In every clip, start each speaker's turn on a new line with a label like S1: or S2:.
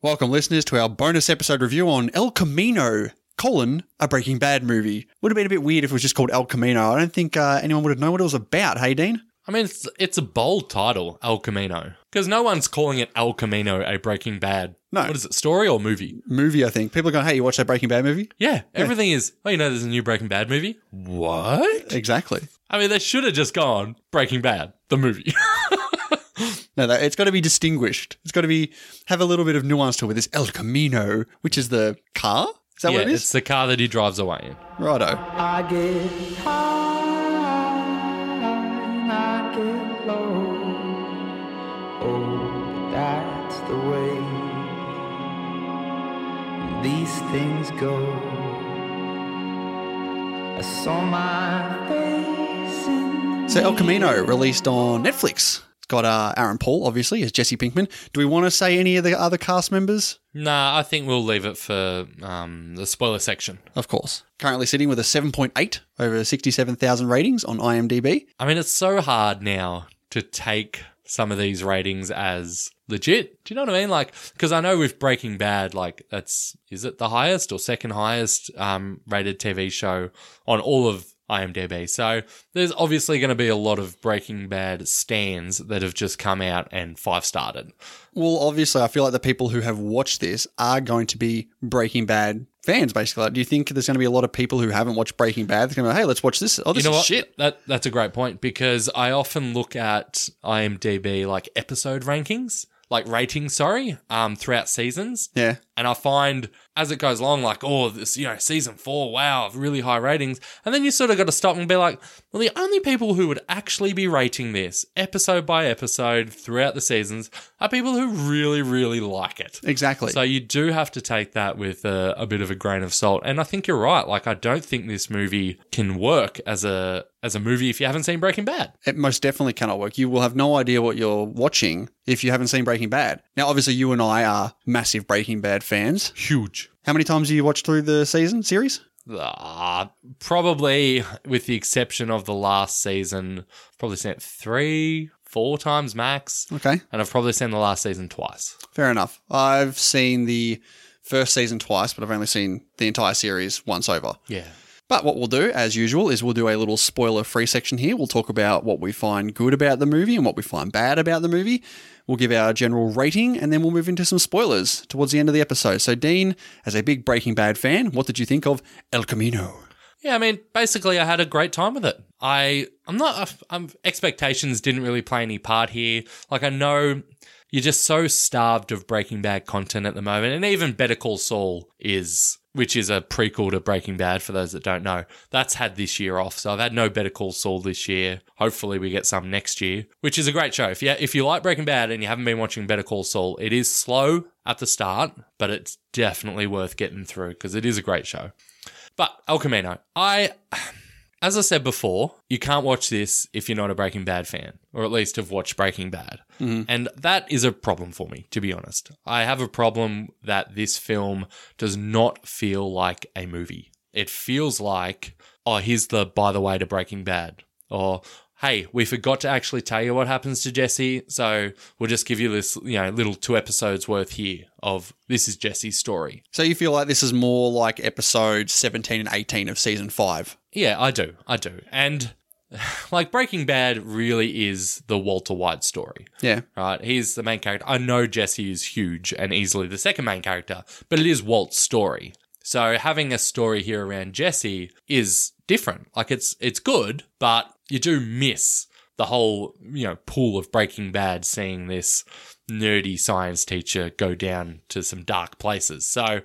S1: Welcome, listeners, to our bonus episode review on El Camino, colon, a Breaking Bad movie. Would have been a bit weird if it was just called El Camino. I don't think uh, anyone would have known what it was about, hey, Dean?
S2: I mean, it's, it's a bold title, El Camino, because no one's calling it El Camino a Breaking Bad.
S1: No.
S2: What is it, story or movie?
S1: Movie, I think. People are going, hey, you watch that Breaking Bad movie?
S2: Yeah, everything is. Oh, you know, there's a new Breaking Bad movie. What?
S1: Exactly.
S2: I mean, they should have just gone Breaking Bad, the movie.
S1: No, that, it's got to be distinguished. It's got to be have a little bit of nuance to it. This El Camino, which is the car. Is that
S2: yeah,
S1: what it
S2: it's
S1: is?
S2: the car that he drives away in.
S1: Righto.
S3: I get high and I get low. Oh, that's the way these things go. I saw my face in
S1: So El Camino released on Netflix. It's got uh, Aaron Paul, obviously, as Jesse Pinkman. Do we want to say any of the other cast members?
S2: Nah, I think we'll leave it for um, the spoiler section.
S1: Of course. Currently sitting with a 7.8 over 67,000 ratings on IMDb.
S2: I mean, it's so hard now to take some of these ratings as legit. Do you know what I mean? Like, because I know with Breaking Bad, like, that's, is it the highest or second highest um, rated TV show on all of IMDb? So there's obviously going to be a lot of Breaking Bad stands that have just come out and five started.
S1: Well, obviously, I feel like the people who have watched this are going to be Breaking Bad fans, basically. Like, do you think there's going to be a lot of people who haven't watched Breaking Bad? They're going to be like, hey, let's watch this. Oh, this
S2: you know
S1: is
S2: what?
S1: shit.
S2: That that's a great point because I often look at IMDb like episode rankings, like ratings, sorry, um, throughout seasons.
S1: Yeah.
S2: And I find as it goes along, like, oh, this, you know, season four, wow, really high ratings. And then you sort of got to stop and be like, well, the only people who would actually be rating this episode by episode throughout the seasons are people who really, really like it.
S1: Exactly.
S2: So you do have to take that with a, a bit of a grain of salt, and I think you're right. Like I don't think this movie can work as a as a movie if you haven't seen Breaking Bad.
S1: It most definitely cannot work. You will have no idea what you're watching if you haven't seen Breaking Bad. Now, obviously, you and I are massive Breaking Bad fans.
S2: Huge.
S1: How many times do you watch through the season series?
S2: Ah, probably with the exception of the last season, I've probably seen it three, four times max,
S1: Okay,
S2: and I've probably seen the last season twice.
S1: fair enough. I've seen the first season twice, but I've only seen the entire series once over.
S2: Yeah.
S1: But what we'll do, as usual, is we'll do a little spoiler free section here. We'll talk about what we find good about the movie and what we find bad about the movie. We'll give our general rating and then we'll move into some spoilers towards the end of the episode. So, Dean, as a big Breaking Bad fan, what did you think of El Camino?
S2: Yeah, I mean, basically, I had a great time with it. I, I'm not, I'm, expectations didn't really play any part here. Like, I know you're just so starved of Breaking Bad content at the moment, and even Better Call Saul is, which is a prequel to Breaking Bad. For those that don't know, that's had this year off, so I've had no Better Call Saul this year. Hopefully, we get some next year, which is a great show. If you if you like Breaking Bad and you haven't been watching Better Call Saul, it is slow at the start, but it's definitely worth getting through because it is a great show. But El Camino, I, as I said before, you can't watch this if you're not a Breaking Bad fan, or at least have watched Breaking Bad. And that is a problem for me, to be honest. I have a problem that this film does not feel like a movie. It feels like, oh, here's the by the way to Breaking Bad, or hey, we forgot to actually tell you what happens to Jesse, so we'll just give you this, you know, little two episodes worth here of this is Jesse's story.
S1: So, you feel like this is more like episode 17 and 18 of season 5?
S2: Yeah, I do. I do. And like Breaking Bad really is the Walter White story,
S1: Yeah.
S2: right? He's the main character. I know Jesse is huge and easily the second main character, but it is Walt's story. So having a story here around Jesse is different. Like it's it's good, but you do miss the whole, you know, pool of Breaking Bad seeing this nerdy science teacher go down to some dark places. So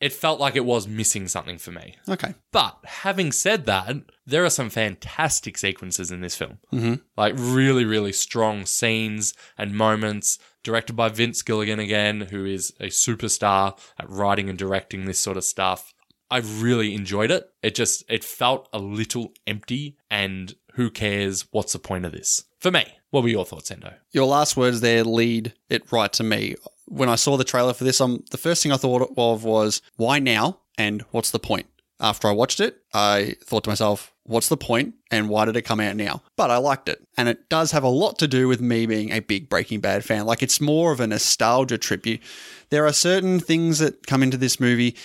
S2: it felt like it was missing something for me.
S1: Okay.
S2: But having said that, there are some fantastic sequences in this film. Mm-hmm. Like really, really strong scenes and moments. Directed by Vince Gilligan again, who is a superstar at writing and directing this sort of stuff. I really enjoyed it. It just it felt a little empty, and who cares? What's the point of this? For me, what were your thoughts, Endo?
S1: Your last words there lead it right to me. When I saw the trailer for this, um, the first thing I thought of was why now and what's the point? After I watched it, I thought to myself, what's the point and why did it come out now? But I liked it. And it does have a lot to do with me being a big Breaking Bad fan. Like it's more of a nostalgia tribute. There are certain things that come into this movie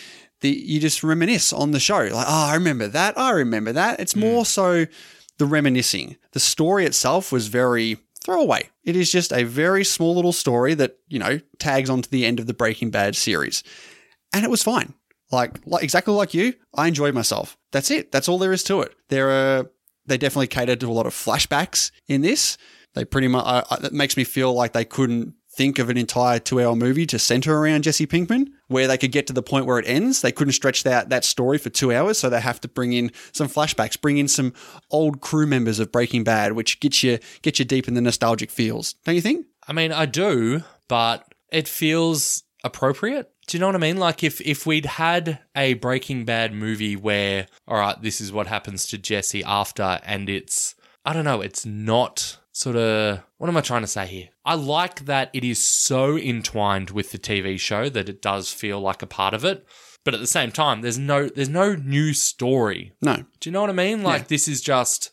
S1: that you just reminisce on the show. Like, oh, I remember that. I remember that. It's more so the reminiscing. The story itself was very throwaway. It is just a very small little story that, you know, tags onto the end of the Breaking Bad series. And it was fine. Like, like exactly like you, I enjoyed myself. That's it. That's all there is to it. There are they definitely catered to a lot of flashbacks in this. They pretty much I I- that makes me feel like they couldn't think of an entire two-hour movie to center around Jesse Pinkman, where they could get to the point where it ends. They couldn't stretch that that story for two hours, so they have to bring in some flashbacks, bring in some old crew members of Breaking Bad, which gets you gets you deep in the nostalgic feels, don't you think?
S2: I mean, I do, but it feels appropriate. Do you know what I mean? Like if if we'd had a Breaking Bad movie where, all right, this is what happens to Jesse after, and it's I don't know, it's not sort of what am I trying to say here? I like that it is so entwined with the TV show that it does feel like a part of it. But at the same time, there's no there's no new story
S1: No,
S2: do you know what I mean? Like this is just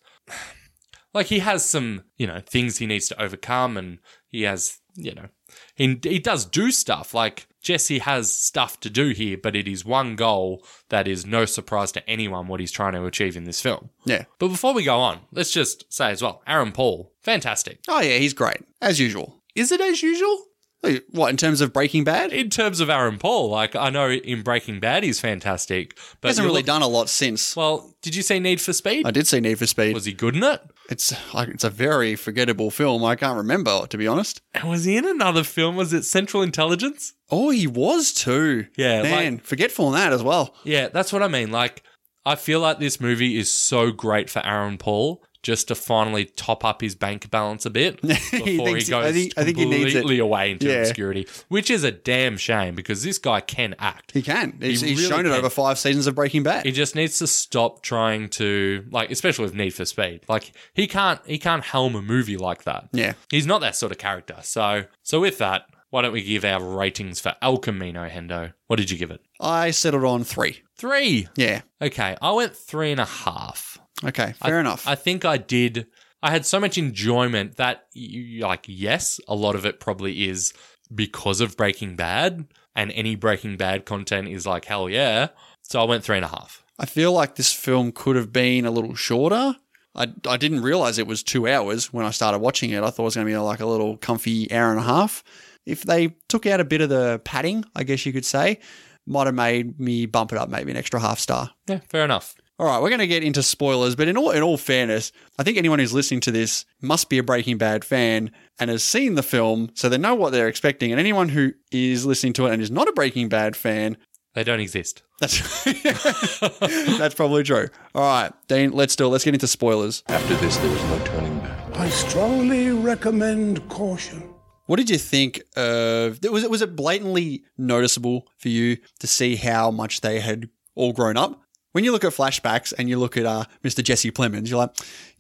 S2: like he has some, you know, things he needs to overcome and he has, you know, he he does do stuff. Like Jesse has stuff to do here, but it is one goal that is no surprise to anyone what he's trying to achieve in this film.
S1: yeah.
S2: But before we go on, let's just say as well, Aaron Paul, fantastic.
S1: Oh yeah, he's great as usual.
S2: Is it as usual?
S1: Wait, What in terms of Breaking Bad? He
S2: In terms of Aaron Paul, like I know in Breaking Bad he's fantastic, but
S1: hasn't
S2: you
S1: really
S2: look-
S1: done a lot since.
S2: Well, did you see Need for Speed?
S1: I did see Need for Speed.
S2: Was he good in it?
S1: It's like it's a very forgettable film. I can't remember to be honest.
S2: And was he in another film? Was it Central Intelligence?
S1: Oh, he was too.
S2: Yeah,
S1: man, forgetful in that as well.
S2: Yeah, that's what I mean. Like, I feel like this movie is so great for Aaron Paul just to finally top up his bank balance a bit before he,
S1: thinks-
S2: goes
S1: I think- I think he needs it.
S2: completely away into
S1: Yeah.
S2: obscurity, which is a damn shame because this guy can act.
S1: He can. He's, he's
S2: really
S1: shown it
S2: can.
S1: over five seasons of Breaking Bad.
S2: He just needs to stop trying to like, especially with Need for Speed. Like, he can't he can't helm a movie like that.
S1: yeah,
S2: He's not that sort of character. So, so with that, why don't we give our ratings for El Camino, Hendo? What did you give it?
S1: I settled on three.
S2: Three.
S1: Yeah.
S2: Okay, I went three and a half.
S1: Okay. Fair
S2: I-
S1: enough.
S2: I think I did. I had so much enjoyment that, you, like, yes, a lot of it probably is because of Breaking Bad, and any Breaking Bad content is like, hell yeah. So I went three and a half.
S1: I feel like this film could have been a little shorter. I, I didn't realize it was two hours when I started watching it. I thought it was going to be like a little comfy hour and a half. If they took out a bit of the padding, I guess you could say, might have made me bump it up maybe an extra half star.
S2: Yeah, fair enough.
S1: All right, we're going to get into spoilers, but in all in all fairness, I think anyone who's listening to this must be a Breaking Bad fan and has seen the film, so they know what they're expecting. And anyone who is listening to it and is not a Breaking Bad fan,
S2: They don't exist.
S1: that's that's probably true. All right, Dean, let's do it. Let's get into spoilers.
S4: After this, there is no turning back.
S5: I strongly recommend caution.
S1: What did you think of? Was it was it blatantly noticeable for you to see how much they had all grown up? When you look at flashbacks and you look at uh, Mr. Jesse Plemons, you're like,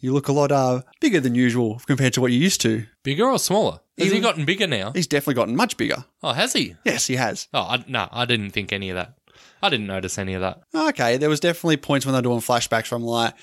S1: you look a lot uh, bigger than usual compared to what you used to.
S2: Bigger or smaller? Has he,
S1: He-
S2: gotten bigger now?
S1: He's definitely gotten much bigger.
S2: Oh, has he?
S1: Yes, he has.
S2: Oh, I, no, I didn't think any of that. I didn't notice any of that.
S1: Okay, there was definitely points when they're doing flashbacks where I'm like,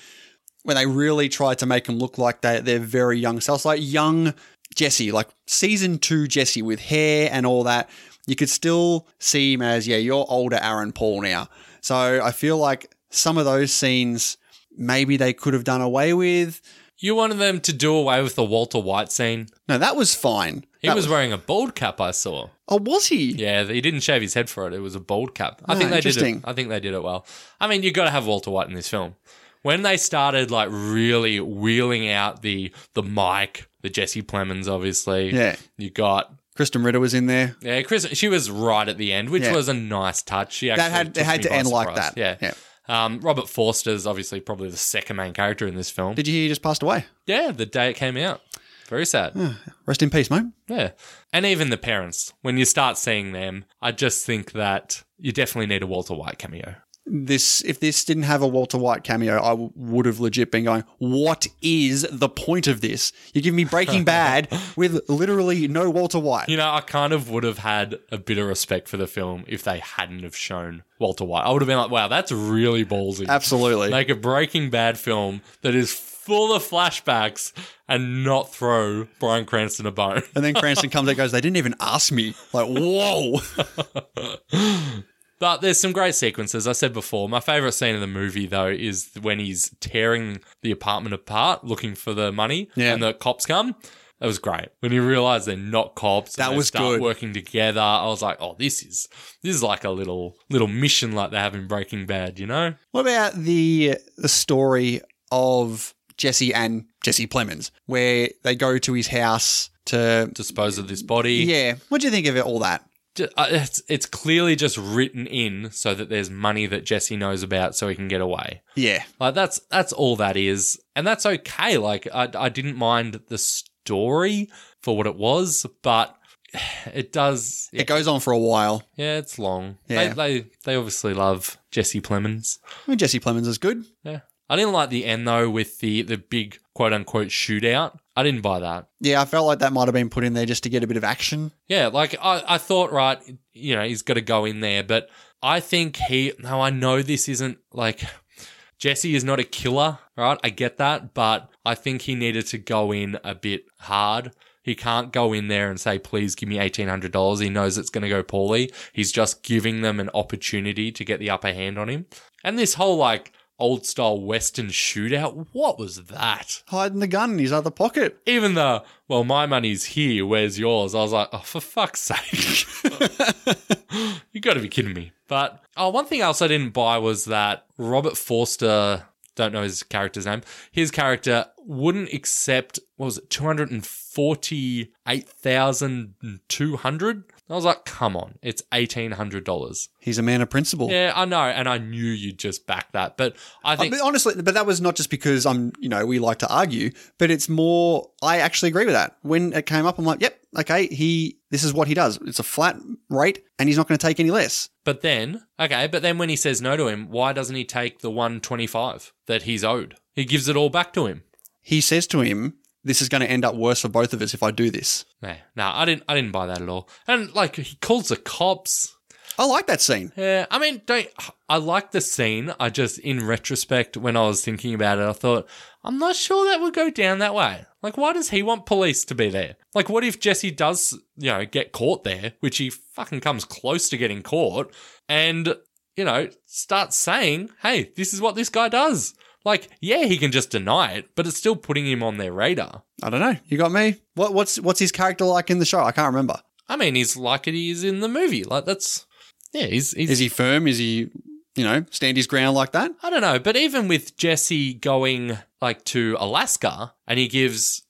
S1: when they really tried to make him look like they, they're very young selves, like young Jesse, like season two Jesse with hair and all that. You could still see him as, yeah, you're older Aaron Paul now. So I feel like some of those scenes maybe they could have done away with.
S2: You wanted them to do away with the Walter White scene?
S1: No, that was fine.
S2: He
S1: That
S2: was wearing a bald cap, I saw.
S1: Oh, was he?
S2: Yeah, he didn't shave his head for it. It was a bald cap. I
S1: Ah,
S2: think they did it.
S1: interesting.
S2: I think they did it well. I mean, you got to have Walter White in this film. When they started like really wheeling out the the mic, the Jesse Plemons, obviously.
S1: Yeah.
S2: You got
S1: Kristen Ritter was in there.
S2: yeah, Chris. She was right at the end, which
S1: Yeah.
S2: was a nice touch. She actually
S1: That had,
S2: took
S1: it had
S2: me
S1: to
S2: by
S1: end like
S2: surprise.
S1: that.
S2: Yeah. Um, Robert Forster's obviously probably the second main character in this film.
S1: Did you hear he just passed away?
S2: yeah, the day it came out, very sad.
S1: Rest in peace, mate.
S2: Yeah. And even the parents, when you start seeing them, I just think that you definitely need a Walter White cameo.
S1: This, if this didn't have a Walter White cameo, I w- would have legit been going, "What is the point of this? You give me Breaking Bad with literally no Walter White."
S2: You know, I kind of would have had a bit of respect for the film if they hadn't have shown Walter White. I would have been like, wow, that's really ballsy.
S1: Absolutely.
S2: Make a Breaking Bad film that is full of flashbacks and not throw Brian Cranston a bone.
S1: and then Cranston comes out and goes, "They didn't even ask me." Like, whoa.
S2: But there's some great sequences. I said before, my favorite scene in the movie though is when he's tearing the apartment apart, looking for the money,
S1: Yeah.
S2: and the cops come. That was great. When you realize they're not cops, and
S1: That
S2: they
S1: was
S2: start
S1: good.
S2: Working together, I was like, oh, this is this is like a little little mission like they have in Breaking Bad, you know?
S1: What about the the story of Jesse and Jesse Plemons, where they go to his house to?
S2: Dispose of this body.
S1: Yeah, what do you think of it? All that.
S2: Ju- uh, it's it's clearly just written in so that there's money that Jesse knows about, so he can get away.
S1: Yeah,
S2: Like that's that's all that is, and that's okay. Like I I didn't mind the story for what it was, but it does. Yeah,
S1: it goes on for a while.
S2: yeah, it's long.
S1: Yeah.
S2: They, they they obviously love Jesse Plemons.
S1: I mean, Jesse Plemons is good.
S2: Yeah, I didn't like the end though with the the big quote unquote shootout. I didn't buy that.
S1: Yeah, I felt like that might have been put in there just to get a bit of action.
S2: Yeah, like I, I thought, right, you know, he's got to go in there, but I think he. Now I know this isn't like Jesse is not a killer, right? I get that, but I think he needed to go in a bit hard. He can't go in there and say, please give me $1,800. He knows it's going to go poorly. He's just giving them an opportunity to get the upper hand on him. And this whole like old style Western shootout, what was that?
S1: Hiding the gun in his other pocket.
S2: even though, well, my money's here, where's yours? I was like, oh, for fuck's sake. you got to be kidding me. But oh, one thing else I didn't buy was that Robert Forster, don't know his character's name, his character wouldn't accept, what was it, 248,200? I was like, come on, it's $1,800.
S1: He's a man of principle.
S2: Yeah, I know. And I knew you'd just back that. But I
S1: I
S2: think.
S1: mean, honestly, but that was not just because I'm, you know, we like to argue, but it's more, I actually agree with that. When it came up, I'm like, yep, okay, he, this is what he does. It's a flat rate and he's not going to take any less.
S2: But then, okay, but then when he says no to him, why doesn't he take the 125 that he's owed? He gives it all back to him.
S1: He says to him, this is going to end up worse for both of us if I do this.
S2: Nah, nah, I didn't I didn't buy that at all. And like he calls the cops.
S1: I like that scene.
S2: Yeah, I mean, don't I like the scene. I just in retrospect when I was thinking about it, I thought, I'm not sure that would go down that way. Like why does he want police to be there? Like what if Jesse does, you know, get caught there, which he fucking comes close to getting caught and you know, starts saying, "Hey, this is what this guy does." Like, yeah, he can just deny it, but it's still putting him on their radar.
S1: I don't know. You got me? What, what's, what's his character like in the show? I can't remember.
S2: I mean, he's like it is in the movie. Like that's yeah, he's he's,
S1: Is he firm? Is he, you know, stand his ground like that?
S2: I don't know, but even with Jesse going like to Alaska and he gives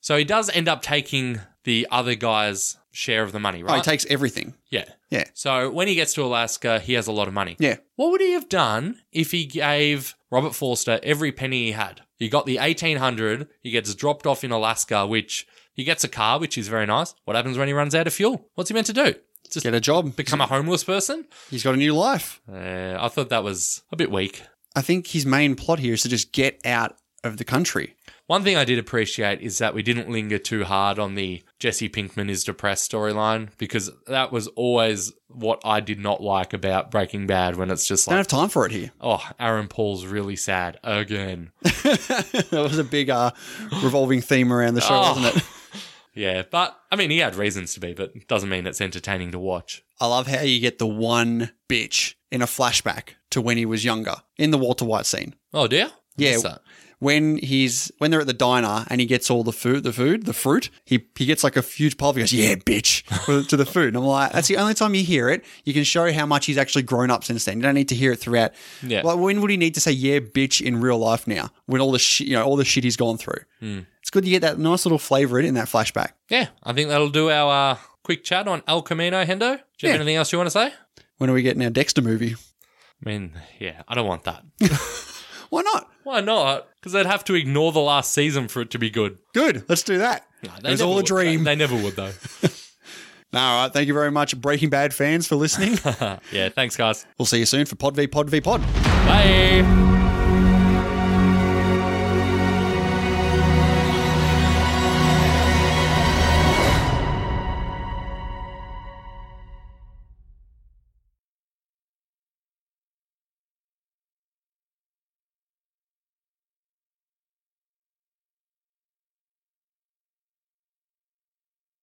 S2: so he does end up taking the other guy's share of the money,
S1: Oh,
S2: right?
S1: he takes everything.
S2: yeah.
S1: Yeah.
S2: So when he gets to Alaska, he has a lot of money.
S1: Yeah.
S2: What would he have done if he gave Robert Forster every penny he had? He got the 1800, he gets dropped off in Alaska, which he gets a car, which is very nice. What happens when he runs out of fuel? What's he meant to do? Just
S1: Get a job.
S2: become a homeless person?
S1: He's got a new life.
S2: Uh, I thought that was a bit weak.
S1: I think his main plot here is to just get out of the country.
S2: One thing I did appreciate is that we didn't linger too hard on the Jesse Pinkman is depressed storyline because that was always what I did not like about Breaking Bad when it's just
S1: Don't
S2: like,
S1: have time for it here.
S2: oh, Aaron Paul's really sad again.
S1: that was a big uh, revolving theme around the show,
S2: Oh.
S1: wasn't it?
S2: yeah, but I mean, he had reasons to be, but it doesn't mean it's entertaining to watch.
S1: I love how you get the one bitch in a flashback to when he was younger in the Walter White scene.
S2: Oh, dear.
S1: Yeah.
S2: What's that?
S1: When he's when they're at the diner and he gets all the food, the food, the fruit, he he gets like a huge pile. He goes, "Yeah, bitch," with- to the food, and I'm like, that's the only time you hear it. You can show how much he's actually grown up since then. You don't need to hear it throughout.
S2: Yeah.
S1: Like, when would he need to say "yeah, bitch" in real life now? When all the shit, you know, all the shit he's gone through. It's good to get that nice little flavor in, in that flashback.
S2: Yeah, I think that'll do our uh, quick chat on El Camino, Hendo. Do you
S1: Yeah.
S2: have anything else you want to say? I
S1: When are we getting our Dexter movie?
S2: mean, yeah, I don't want that.
S1: Why not?
S2: Why not? Because they'd have to ignore the last season for it to be good.
S1: Good. Let's do that.
S2: No,
S1: it
S2: they
S1: was
S2: never
S1: all a
S2: would.
S1: dream.
S2: They, they never would, though.
S1: No, all right. Thank you very much, Breaking Bad fans, for listening.
S2: yeah, thanks, guys.
S1: we'll see you soon for Pod v Pod v Pod.
S2: Bye.